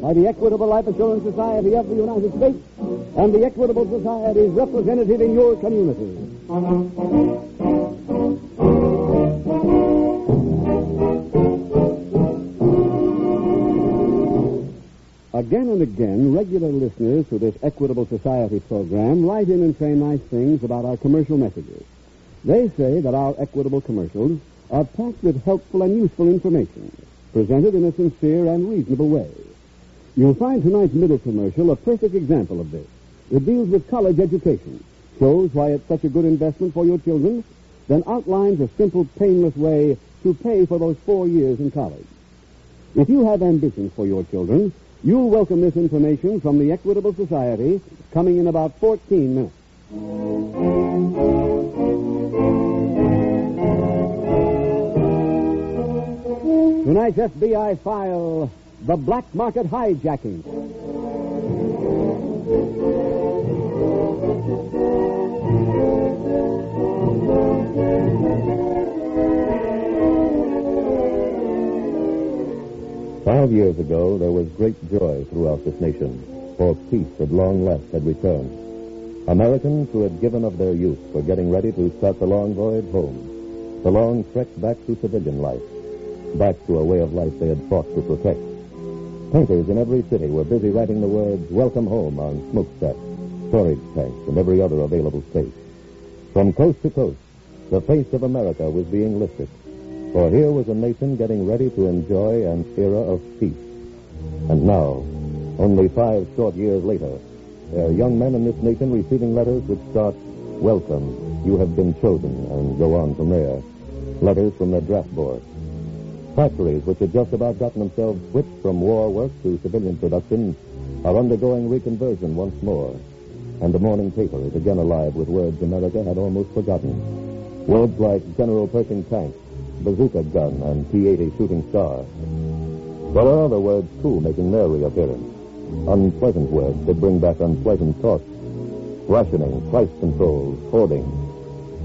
by the Equitable Life Assurance Society of the United States and the Equitable Society's representative in your community. Again and again, regular listeners to this Equitable Society program write in and say nice things about our commercial messages. They say that our Equitable commercials are packed with helpful and useful information, presented in a sincere and reasonable way. You'll find tonight's middle commercial a perfect example of this. It deals with college education, shows why it's such a good investment for your children, then outlines a simple, painless way to pay for those four years in college. If you have ambitions for your children, you'll welcome this information from the Equitable Society coming in about 14 minutes. Tonight's FBI file The Black Market Hijacking. Five years ago, there was great joy throughout this nation, for peace at long last had returned. Americans who had given of their youth were getting ready to start the long voyage home, the long trek back to civilian life, back to a way of life they had fought to protect. Painters in every city were busy writing the words Welcome Home on smokestacks, storage tanks, and every other available space. From coast to coast, the face of America was being lifted. For here was a nation getting ready to enjoy an era of peace. And now, only five short years later, there are young men in this nation receiving letters which start, Welcome, you have been chosen, and go on from there. Letters from the draft board. Factories which had just about gotten themselves switched from war work to civilian production are undergoing reconversion once more. And the morning paper is again alive with words America had almost forgotten. Words like General Pershing tank, bazooka gun, and P-80 shooting star. There were other words, too, making their reappearance. Unpleasant words that bring back unpleasant thoughts. Rationing, price controls, hoarding.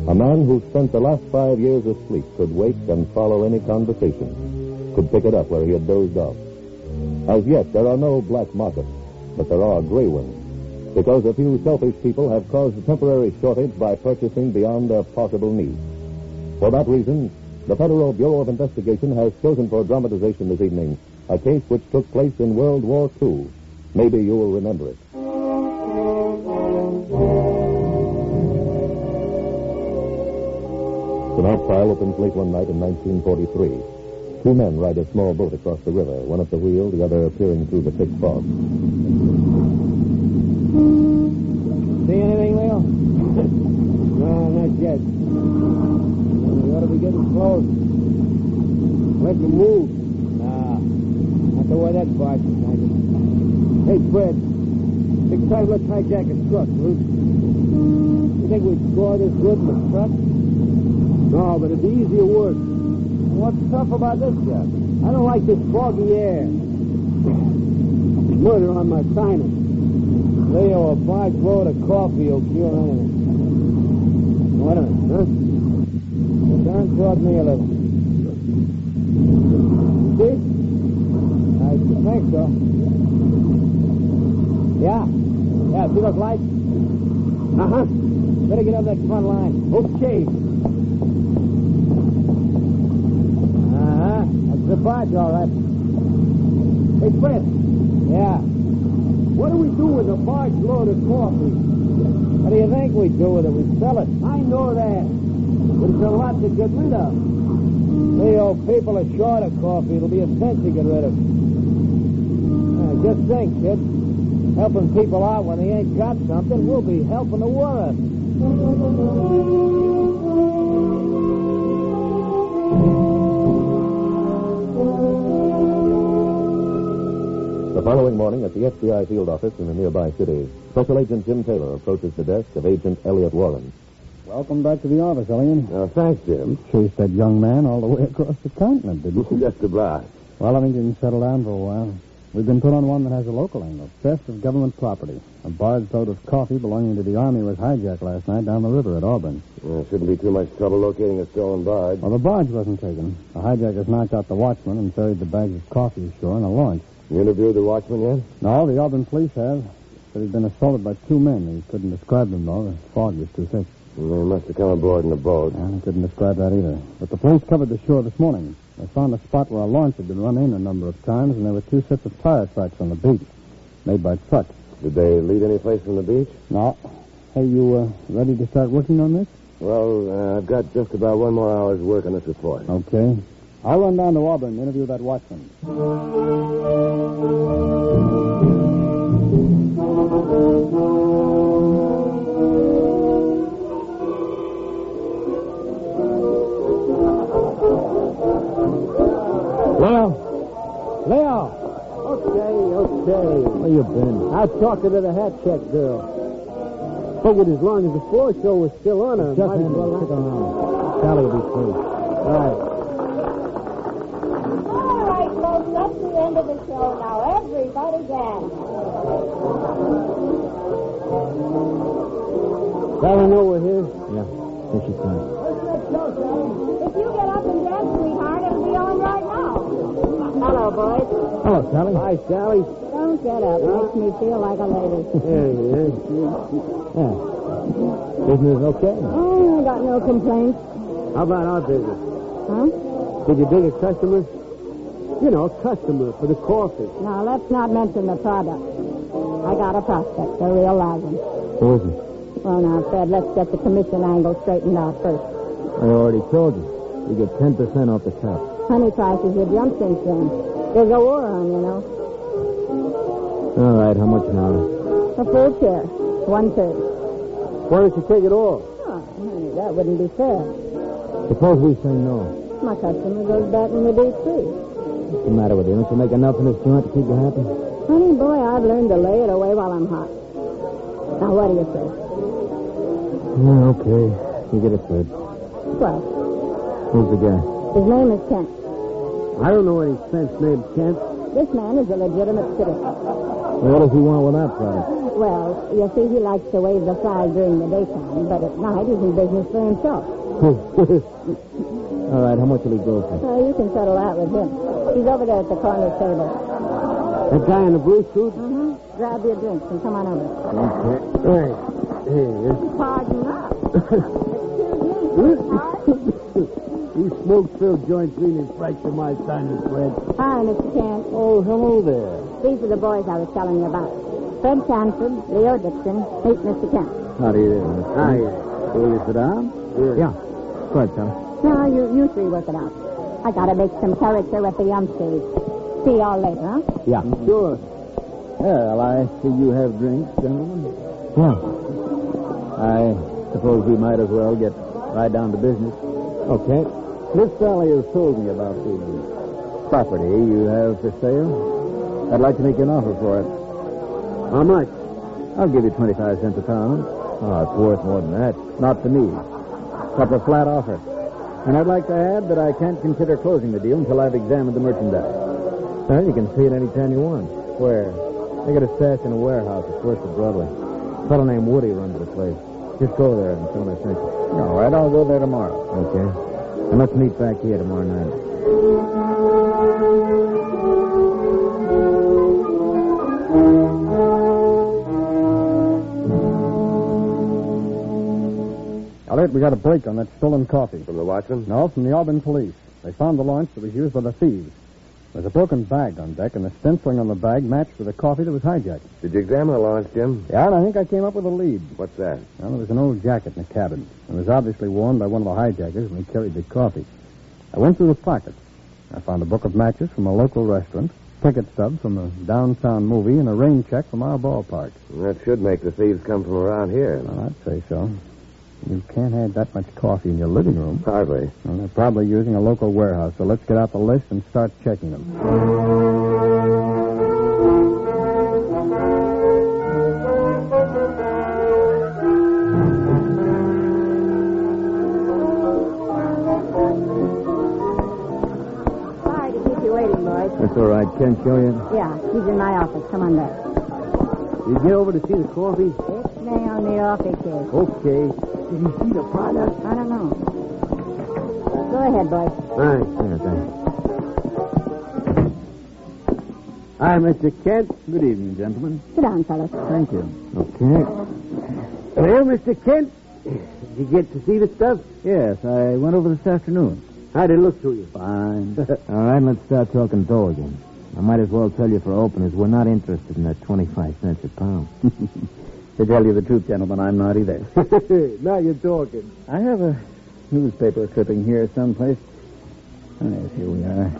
A man who spent the last five years asleep could wake and follow any conversation, could pick it up where he had dozed off. As yet, there are no black markets, but there are gray ones, because a few selfish people have caused a temporary shortage by purchasing beyond their possible needs. For that reason, the Federal Bureau of Investigation has chosen for dramatization this evening a case which took place in World War II. Maybe you will remember it. Tonight's file opens late one night in 1943. Two men ride a small boat across the river, one at the wheel, the other peering through the thick fog. See anything, Leo? no, not yet. We ought to be getting close. Let them move. Ah, not the way that barge is hanging. Hey, Fred. Big time let's hijack a truck, Luke. You think we'd score this good in a truck? No, but it'd be easier work. What's tough about this job? I don't like this foggy air. Murder on my sinus. Leo, a barge road to coffee will cure anything. Wait a minute, huh? Turn toward me a little. See? I think so. Yeah. Yeah, see those lights? Uh-huh. Better get up that front line. Okay. Uh-huh. That's the barge, all right. Hey, Fred. Yeah. What do we do with the barge load of coffee? What do you think we do with it? We sell it. I know that. But it's a lot to get rid of. Leo, people are short of coffee. It'll be a cent to get rid of. Uh, just think, kid. Helping people out when they ain't got something, we'll be helping the world. The following morning at the FBI field office in a nearby city, Special Agent Jim Taylor approaches the desk of Agent Elliot Warren. Welcome back to the office, Elliot. Uh, thanks, Jim. Chased that young man all the way across the continent, didn't you? Just about. Well, I think you can settle down for a while. We've been put on one that has a local angle. Theft of government property. A barge load of coffee belonging to the Army was hijacked last night down the river at Auburn. Uh, shouldn't be too much trouble locating a stolen barge. Well, the barge wasn't taken. The hijackers knocked out the watchman and ferried the bags of coffee ashore in a launch. You interviewed the watchman yet? No, the Auburn police have. But he'd been assaulted by two men. He couldn't describe them, though. The fog was too thick. Well, They Mm, must have come aboard in a boat. I couldn't describe that either. But the police covered the shore this morning. They found a spot where a launch had been run in a number of times, and there were two sets of tire tracks on the beach, made by trucks. Did they lead any place from the beach? Now, hey, you uh, ready to start working on this? Well, uh, I've got just about one more hour's work on this report. Okay. I'll run down to Auburn and interview that watchman. Leo! Leo! Okay, okay. Where you been? I was talking to the hat check girl. Figured as long as the floor show was still on, I Just might as hand well it. Stick act on around. Sally will be free. All right. All right, folks, that's the end of the show now. Everybody dance. Sally know we're Yeah. here. Here she comes. If you get up and dance, sweetheart, it'll be on right now. Hello, boys. Hello, Sally. Hi, Sally. Don't get up. Makes me feel like a lady. There he is. Business okay? Oh, I got no complaints. How about our business? Huh? Did you bring a customer? You know, a customer for the coffee. Now, let's not mention the product. I got a prospect, a real live one. Who is it? Well, now, Fred, let's get the commission angle straightened out first. I already told you. You get 10% off the top. Honey prices have jumped since then. There's a war on, you know. All right, how much an hour? A full chair, one third. Why don't you take it all? Oh, honey, that wouldn't be fair. Suppose we say no. My customer goes back in the day free. What's the matter with you? Don't you make enough in this joint to keep you happy? Honey, boy, I've learned to lay it away while I'm hot. Now, what do you say? Yeah, okay. You get a third. Well, Who's the guy? his name is Kent. I don't know any sense named Kent. This man is a legitimate citizen. What does he want with that product? Well, you see, he likes to wave the flag during the daytime, but at night he's in business for himself. All right, how much will he go for? So you can settle that with him. He's over there at the corner table. That guy in the blue suit? Mm-hmm. Grab your drinks and come on over. Pardon us. Excuse me, sweetheart. These smoke-filled joints mean it's right to my sinus, Fred. Hi, Mr. Kent. Oh, hello there. These are the boys I was telling you about. Fred Sanford, Leo Dixon, meet Mr. Kent. How do you do? Hi. Will you sit down? Yeah. Go ahead, Tom. Now, you, you three work it out. I gotta make some character with the youngsters. See y'all later, huh? Yeah. Sure. Well, I see you have drinks, gentlemen. Yeah. I suppose we might as well get right down to business. Okay. Miss Sally has told me about the property you have for sale. I'd like to make you an offer for it. How much? I'll give you 25 cents a pound. Oh, it's worth more than that. Not to me. That's a flat offer. And I'd like to add that I can't consider closing the deal until I've examined the merchandise. Now, you can see it any time you want. Where? They got a stash in a warehouse at First of Broadway. A fellow named Woody runs the place. Just go there and soon I think. All right, I'll go there tomorrow. Okay. And let's meet back here tomorrow night. Elliot, we got a break on that stolen coffee. From the watchman? No, from the Auburn police. They found the launch that was used by the thieves. There's a broken bag on deck, and the stenciling on the bag matched with the coffee that was hijacked. Did you examine the launch, Jim? Yeah, and I think I came up with a lead. What's that? Well, there was an old jacket in the cabin. It was obviously worn by one of the hijackers when he carried the coffee. I went through the pockets. I found a book of matches from a local restaurant, ticket stub from a downtown movie, and a rain check from our ballpark. That should make the thieves come from around here. Well, I'd say so. You can't have that much coffee in your living room. Hardly. Well, they're probably using a local warehouse, so let's get out the list and start checking them. Ken Killian? Yeah, he's in my office. Come on back. You get over to see the coffee? It's me on the office here. Okay. Did you see the product? I don't know. Go ahead, boy. Thanks, yeah, thanks. Hi, Mr. Kent. Good evening, gentlemen. Sit down, fellas. Thank you. Okay. Well, Mr. Kent, did you get to see the stuff? Yes, I went over this afternoon. How'd it look to you? Fine. All right, let's start talking dough again. I might as well tell you for openers, we're not interested in that 25 cents a pound. To tell you the truth, gentlemen, I'm not either. now you're talking. I have a newspaper clipping here someplace. Ah, yes, here we are.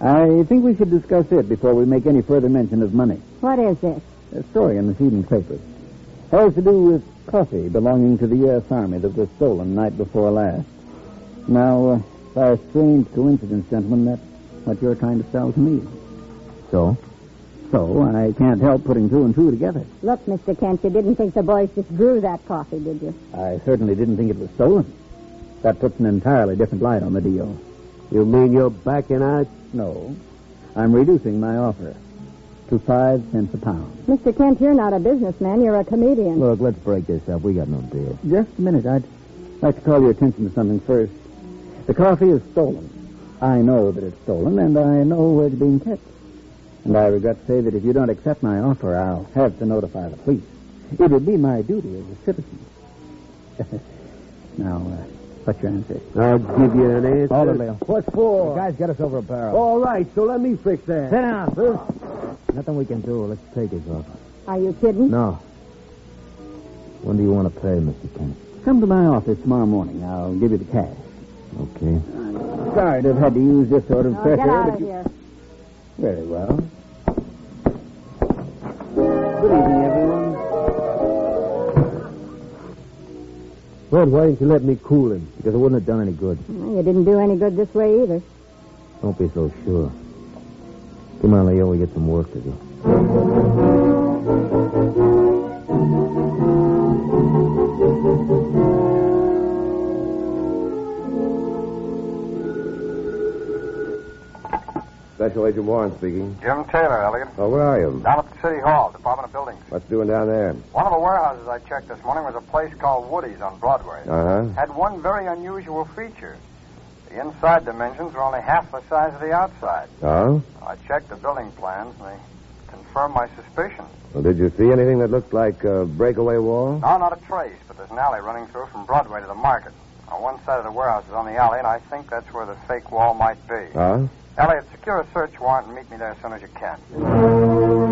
I think we should discuss it before we make any further mention of money. What is this? A story in this evening's paper. Has to do with coffee belonging to the U.S. Army that was stolen night before last. Now, uh, by a strange coincidence, gentlemen, that's what you're trying to sell to me. So? So I can't help putting two and two together. Look, Mr. Kent, you didn't think the boys just grew that coffee, did you? I certainly didn't think it was stolen. That puts an entirely different light on the deal. You mean you're backing out? No, I'm reducing my offer to five cents a pound. Mr. Kent, you're not a businessman. You're a comedian. Look, let's break this up. We got no deal. Just a minute. I'd like to call your attention to something first. The coffee is stolen. I know that it's stolen, and I know where it's being kept. And I regret to say that if you don't accept my offer, I'll have to notify the police. It would be my duty as a citizen. now, uh, what's your answer? I'll give you an answer. Hold it, Leo. What for? guy's got us over a barrel. All right, so let me fix that. Sit down, Bruce. Nothing we can do. Let's take his offer. Are you kidding? No. When do you want to pay, Mr. Kent? Come to my office tomorrow morning. I'll give you the cash. Okay. Sorry to have had to use this sort of Oh, pressure. get out of but you- here. Very well. Good evening, everyone. Fred, why didn't you let me cool him? Because it wouldn't have done any good. Well, you didn't do any good this way either. Don't be so sure. Come on, Leo. We get some work to do. Special Agent Warren speaking. Jim Taylor, Elliot. Oh, where are you? Down at the City Hall, Department of Buildings. What's doing down there? One of the warehouses I checked this morning was a place called Woody's on Broadway. Uh huh. Had one very unusual feature. The inside dimensions were only half the size of the outside. Oh? I checked the building plans, and they confirmed my suspicion. Well, did you see anything that looked like a breakaway wall? No, not a trace, but there's an alley running through from Broadway to the market. On one side of the warehouse is on the alley, and I think that's where the fake wall might be. Huh? Elliot, secure a search warrant and meet me there as soon as you can.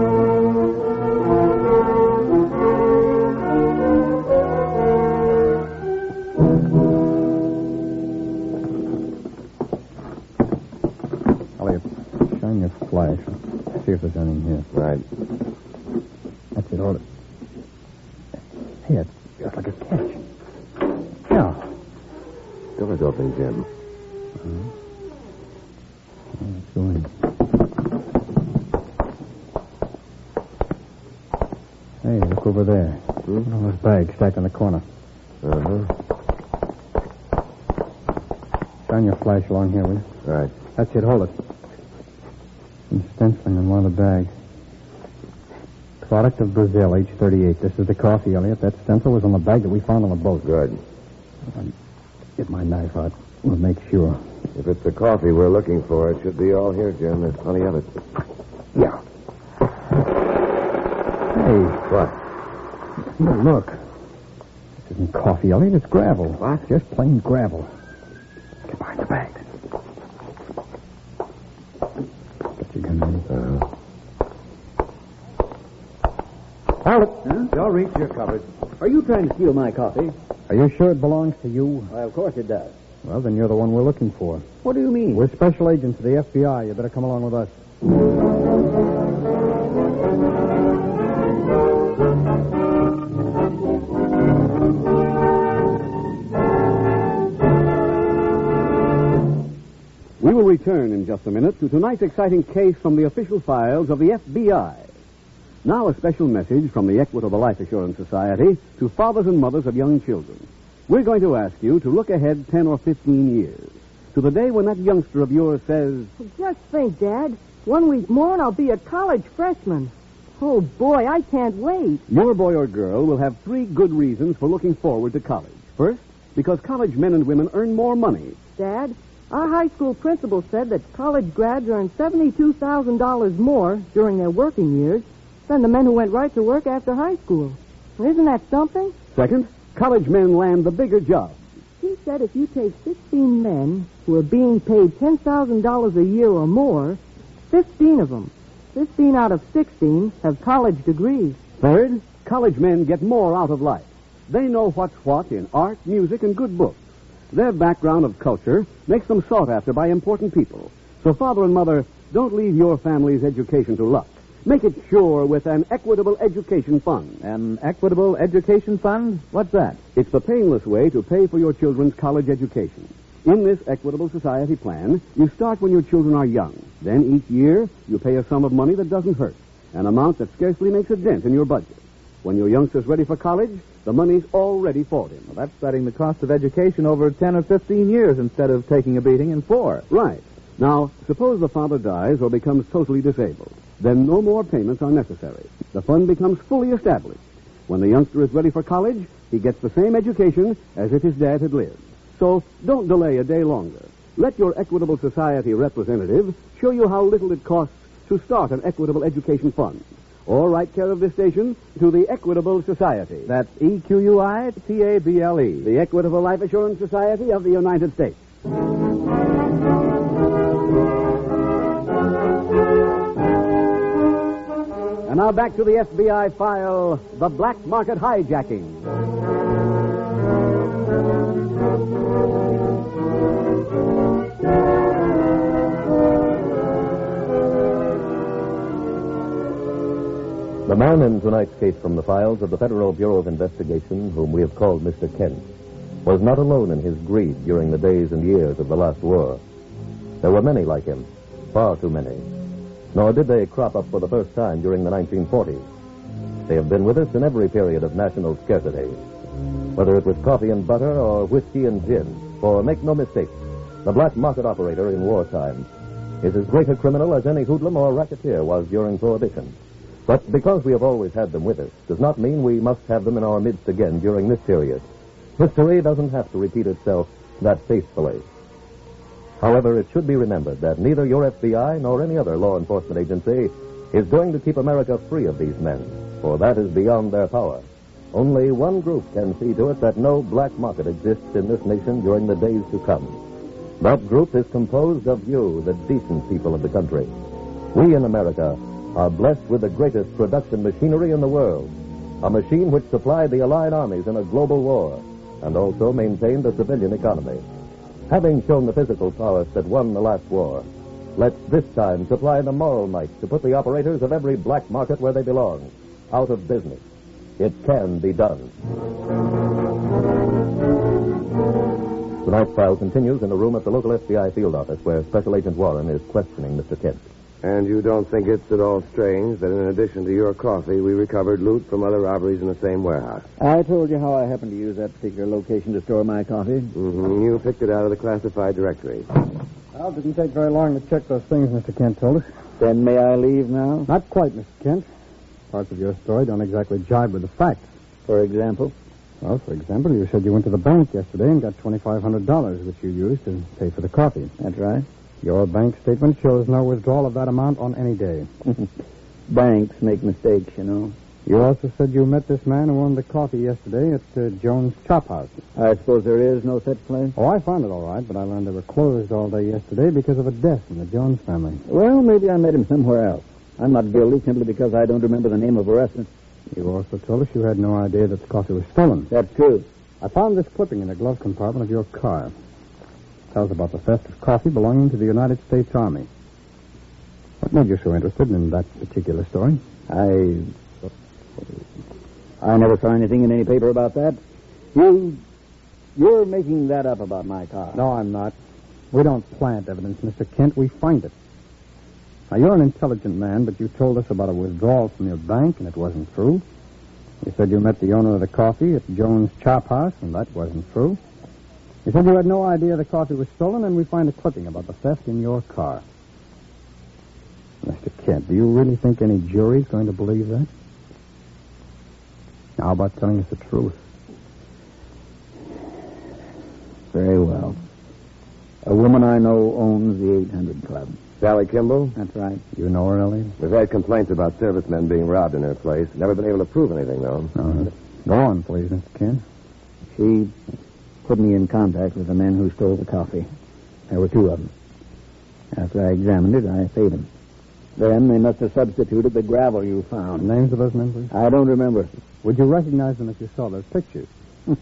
Elliot, shine your flash. See if there's anything here. Right. That's it, hold it. Hey, that's just like a catch. Yeah. Door's open, Jim. Let's go in. Hey, look over there. One of those bags stacked in the corner. Uh huh. Shine your flash along here, will you? Right. That's it, hold it. Some stenciling in one of the bags. Product of Brazil, age 38. This is the coffee, Elliot. That stencil was on the bag that we found on the boat. Um, Good. Get my knife out. We'll make sure. If it's the coffee we're looking for, it should be all here, Jim. There's plenty of it. Yeah. Hey, What? no, look. This isn't coffee, Elliot. It's gravel. What? Just plain gravel. Get behind the bag. Get your gun ready. Uh huh. Hold it. Don't reach your cupboard. Are you trying to steal my coffee? Are you sure it belongs to you? Why, of course it does. Well, then you're the one we're looking for. What do you mean? We're special agents of the FBI. You better come along with us. We will return in just a minute to tonight's exciting case from the official files of the FBI. Now, a special message from the Equitable Life Assurance Society to fathers and mothers of young children. We're going to ask you to look ahead 10 or 15 years to the day when that youngster of yours says, Just think, Dad. One week more and I'll be a college freshman. Oh, boy, I can't wait. Your boy or girl will have three good reasons for looking forward to college. First, because college men and women earn more money. Dad, our high school principal said that college grads earn $72,000 more during their working years than the men who went right to work after high school. Isn't that something? Second, college men land the bigger jobs. He said if you take 16 men who are being paid $10,000 a year or more, 15 of them, 15 out of 16, have college degrees. Third, college men get more out of life. They know what's what in art, music, and good books. Their background of culture makes them sought after by important people. So, father and mother, don't leave your family's education to luck. Make it sure with an equitable education fund. An equitable education fund? What's that? It's the painless way to pay for your children's college education. In this Equitable Society plan, you start when your children are young. Then each year, you pay a sum of money that doesn't hurt, an amount that scarcely makes a dent in your budget. When your youngster's ready for college, the money's already for him. Well, that's setting the cost of education over 10 or 15 years instead of taking a beating in four. Right. Now, suppose the father dies or becomes totally disabled. Then no more payments are necessary. The fund becomes fully established. When the youngster is ready for college, he gets the same education as if his dad had lived. So don't delay a day longer. Let your Equitable Society representative show you how little it costs to start an Equitable Education Fund. Or write care of this station to the Equitable Society. That's E Q U I T A B L E. The Equitable Life Assurance Society of the United States. And now back to the FBI file The Black Market Hijacking. The man in tonight's case from the files of the Federal Bureau of Investigation, whom we have called Mr. Kent, was not alone in his greed during the days and years of the last war. There were many like him, far too many. Nor did they crop up for the first time during the 1940s. They have been with us in every period of national scarcity, whether it was coffee and butter or whiskey and gin. For make no mistake, the black market operator in wartime is as great a criminal as any hoodlum or racketeer was during Prohibition. But because we have always had them with us does not mean we must have them in our midst again during this period. History doesn't have to repeat itself that faithfully. However, it should be remembered that neither your FBI nor any other law enforcement agency is going to keep America free of these men, for that is beyond their power. Only one group can see to it that no black market exists in this nation during the days to come. That group is composed of you, the decent people of the country. We in America are blessed with the greatest production machinery in the world, a machine which supplied the Allied armies in a global war and also maintained the civilian economy. Having shown the physical prowess that won the last war, let's this time supply the moral might to put the operators of every black market where they belong, out of business. It can be done. Tonight's file continues in a room at the local FBI field office where Special Agent Warren is questioning Mr. Kent. And you don't think it's at all strange that in addition to your coffee, we recovered loot from other robberies in the same warehouse? I told you how I happened to use that particular location to store my coffee. Mm-hmm. You picked it out of the classified directory. Well, it didn't take very long to check those things Mr. Kent told us. Then may I leave now? Not quite, Mr. Kent. Parts of your story don't exactly jibe with the facts. For example? Well, for example, you said you went to the bank yesterday and got $2,500, which you used to pay for the coffee. That's right. Your bank statement shows no withdrawal of that amount on any day. Banks make mistakes, you know. You also said you met this man who owned the coffee yesterday at uh, Jones' Chop House. I suppose there is no such place? Oh, I found it all right, but I learned they were closed all day yesterday because of a death in the Jones family. Well, maybe I met him somewhere else. I'm not guilty simply because I don't remember the name of a restaurant. You also told us you had no idea that the coffee was stolen. That's true. I found this clipping in the glove compartment of your car tells about the theft of coffee belonging to the United States Army. What made you so interested in that particular story? I. I never saw anything in any paper about that. You. You're making that up about my car. No, I'm not. We don't plant evidence, Mr. Kent. We find it. Now, you're an intelligent man, but you told us about a withdrawal from your bank, and it wasn't true. You said you met the owner of the coffee at Jones' Chop House, and that wasn't true. You said you had no idea the coffee was stolen, and we find a clipping about the theft in your car. at, do you really think any jury's going to believe that? How about telling us the truth? Very well. A woman I know owns the 800 Club. Sally Kimball, That's right. You know her, Elliot? we've had complaints about servicemen being robbed in her place. Never been able to prove anything, though. Uh, go on, please, Mr. Kent. Uh-huh. She put me in contact with the men who stole the coffee. There were two of them. After I examined it, I paid them. Then they must have substituted the gravel you found. Names of those men, please. I don't remember. Would you recognize them if you saw those pictures?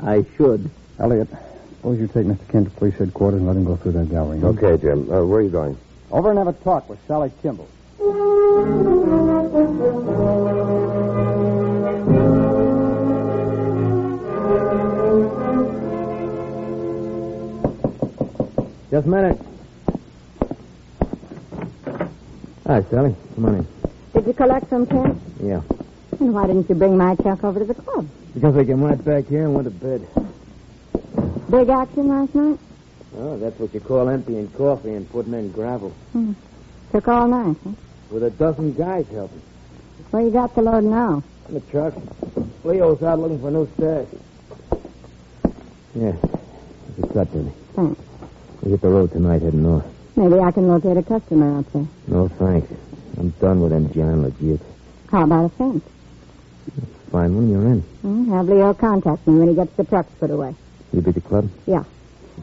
I should. Elliot, suppose you take Mr. Kent to police headquarters and let him go through that gallery. huh? Okay, Jim. Uh, where are you going? Over and have a talk with Sally Kimball. Just a minute. Hi, Sally. Come on in. Did you collect some, Kent? Yeah. And why didn't you bring my check over to the club? Because I came right back here and went to bed. Big action last night? Oh, that's what you call emptying coffee and putting in gravel. Took all night. Huh? With a dozen guys helping. Where you got the load now? In the truck. Leo's out looking for a new stash. Yeah. It's a cut, Denny. Thanks. We hit the road tonight heading north. Maybe I can locate a customer out there. No thanks. I'm done with them John legit. How about a fence? Fine one, you're in. Hmm? Have Leo contact me when he gets the trucks put away. You be the club? Yeah.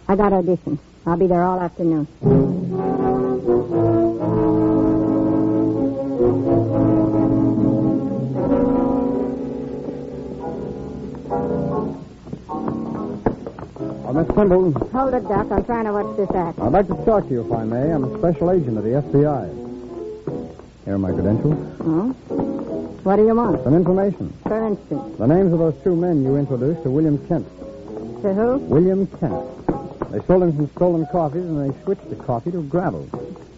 I got audition. I'll be there all afternoon. Oh, Miss Kimball, Hold it, Doc. I'm trying to watch this act. I'd like to talk to you if I may. I'm a special agent of the FBI. Here are my credentials. Huh? What do you want? Some information. For instance, The names of those two men you introduced to William Kent. to who? William Kent. They sold him some stolen coffees and they switched the coffee to gravel.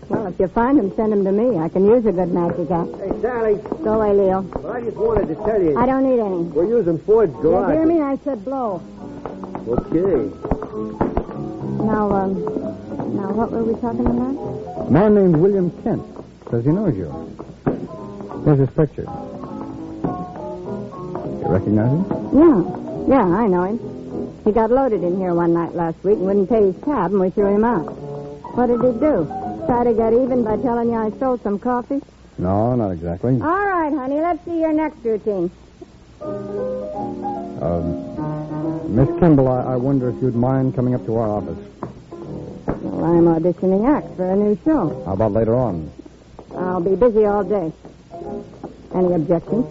Well, if you find him, send him to me. I can use a good magic act. Hey, Sally, Go away, Leo. I just wanted to tell you. I don't need any. We're using Ford's You garage. hear me? I said blow. Okay. Now, um, now what were we talking about? A man named William Kent says he knows you. Here's his picture. You recognize him? Yeah, yeah, I know him. He got loaded in here one night last week and wouldn't pay his tab, and we threw him out. What did he do? Try to get even by telling you I stole some coffee? No, not exactly. All right, honey, let's see your next routine. Um, Miss Kimball, I, I wonder if you'd mind coming up to our office. Well, I'm auditioning acts for a new show. How about later on? I'll be busy all day. Any objections?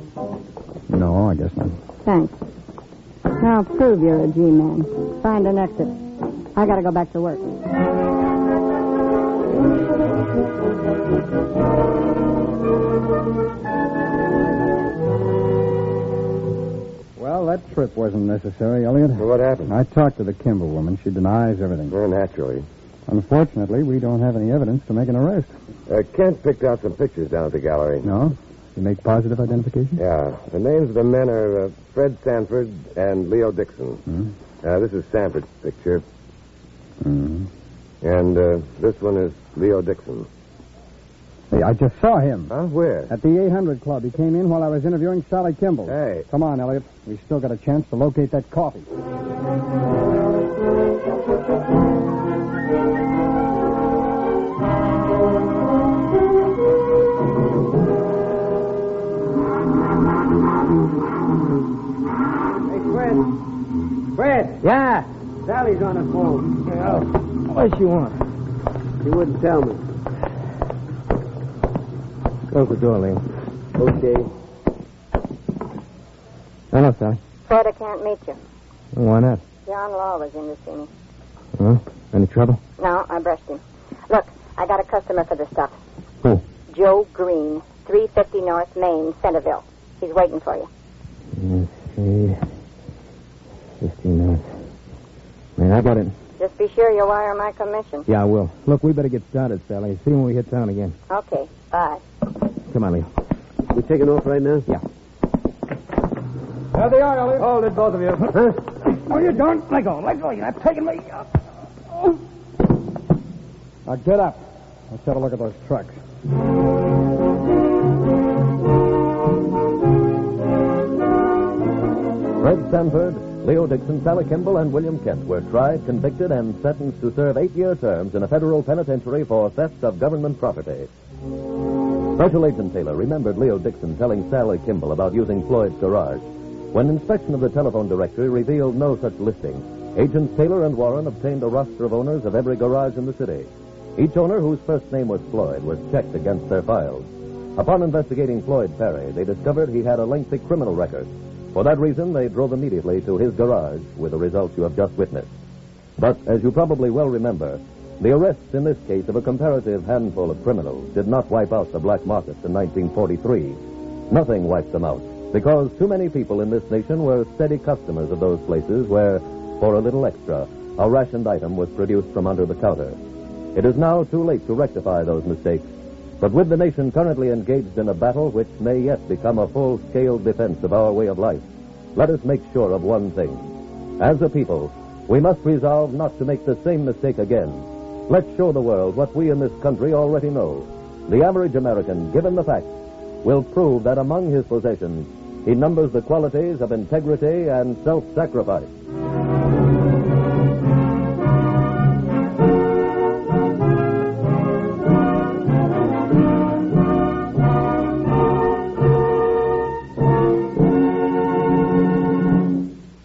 No, I guess not. Thanks. Now prove you're a G-man. Find an exit. I gotta go back to work. Well, that trip wasn't necessary, Elliot. Well, what happened? I talked to the Kimball woman. She denies everything. Very naturally. Unfortunately, we don't have any evidence to make an arrest. Uh, Kent picked out some pictures down at the gallery. No? You make positive identification? Yeah. The names of the men are uh, Fred Sanford and Leo Dixon. Hmm. Uh, this is Sanford's picture, Mm. and uh, this one is Leo Dixon. Hey, I just saw him. Huh? Where? At the 800 Club. He came in while I was interviewing Sally Kimball. Hey. Come on, Elliot. We've still got a chance to locate that coffee. Hey, Fred. Fred. Yeah. Sally's on the phone. Yeah. What does she want? She wouldn't tell me. Close the door, Leo. Okay. Hello, Sally. Porter can't meet you. Why not? John Law was in to see me. Huh? Any trouble? No, I brushed him. Look, I got a customer for the stuff. Who? Joe Green, 350 North Main, Centerville. He's waiting for you. Let's see. Fifteen minutes. Man, I got it. Just be sure you wire my commission. Yeah, I will. Look, we better get started, Sally. See you when we hit town again. Okay, bye. Come on, Leo. You taking off right now? Yeah. There they are, Elliot. Hold it, both of you. Huh? Oh, you don't? Let go. Let go. You're not taking me. Now, get up. Let's have a look at those trucks. Fred Sanford, Leo Dixon, Sally Kimball, and William Kent were tried, convicted, and sentenced to serve eight year terms in a federal penitentiary for theft of government property. Special Agent Taylor remembered Leo Dixon telling Sally Kimball about using Floyd's garage. When inspection of the telephone directory revealed no such listing, Agents Taylor and Warren obtained a roster of owners of every garage in the city. Each owner whose first name was Floyd was checked against their files. Upon investigating Floyd Perry, they discovered he had a lengthy criminal record. For that reason, they drove immediately to his garage with the results you have just witnessed. But as you probably well remember, the arrests in this case of a comparative handful of criminals did not wipe out the black markets in 1943. Nothing wiped them out because too many people in this nation were steady customers of those places where, for a little extra, a rationed item was produced from under the counter. It is now too late to rectify those mistakes, but with the nation currently engaged in a battle which may yet become a full scale defense of our way of life, let us make sure of one thing. As a people, we must resolve not to make the same mistake again. Let's show the world what we in this country already know. The average American, given the facts, will prove that among his possessions, he numbers the qualities of integrity and self sacrifice.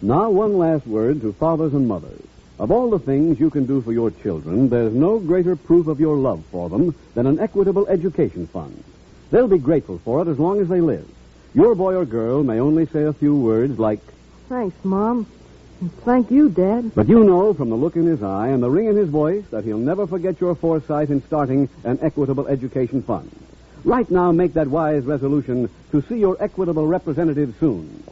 Now, one last word to fathers and mothers. Of all the things you can do for your children, there's no greater proof of your love for them than an equitable education fund. They'll be grateful for it as long as they live. Your boy or girl may only say a few words like, Thanks, Mom. And Thank you, Dad. but you know from the look in his eye and the ring in his voice that he'll never forget your foresight in starting an equitable education fund. Right now, make that wise resolution to see your equitable representative soon.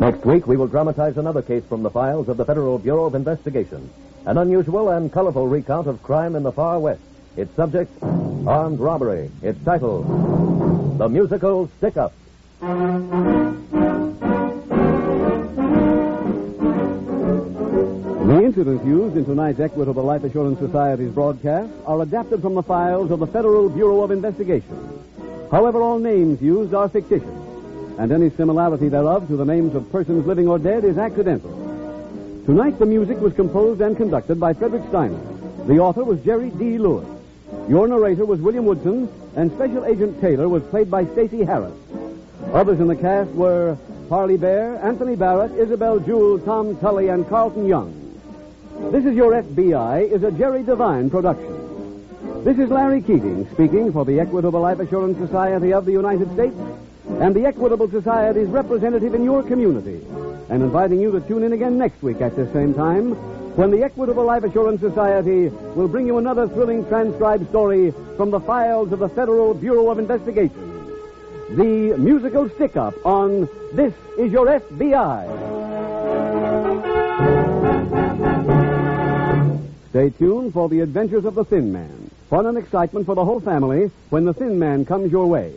Next week, we will dramatize another case from the files of the Federal Bureau of Investigation. An unusual and colorful recount of crime in the far west. Its subject, armed robbery. Its title, The Musical Stick Up. The incidents used in tonight's Equitable Life Assurance Society's broadcast are adapted from the files of the Federal Bureau of Investigation. However, all names used are fictitious, and any similarity thereof to the names of persons living or dead is accidental. Tonight, the music was composed and conducted by Frederick Steiner. The author was Jerry D. Lewis. Your narrator was William Woodson, and Special Agent Taylor was played by Stacey Harris. Others in the cast were Harley Bear, Anthony Barrett, Isabel Jewell, Tom Tully, and Carlton Young. This is Your FBI is a Jerry Devine production. This is Larry Keating speaking for the Equitable Life Assurance Society of the United States and the Equitable Society's representative in your community, and inviting you to tune in again next week at this same time when the Equitable Life Assurance Society will bring you another thrilling transcribed story from the files of the Federal Bureau of Investigation. The musical stick up on This Is Your FBI. Stay tuned for the adventures of the Thin Man. Fun and excitement for the whole family when the Thin Man comes your way.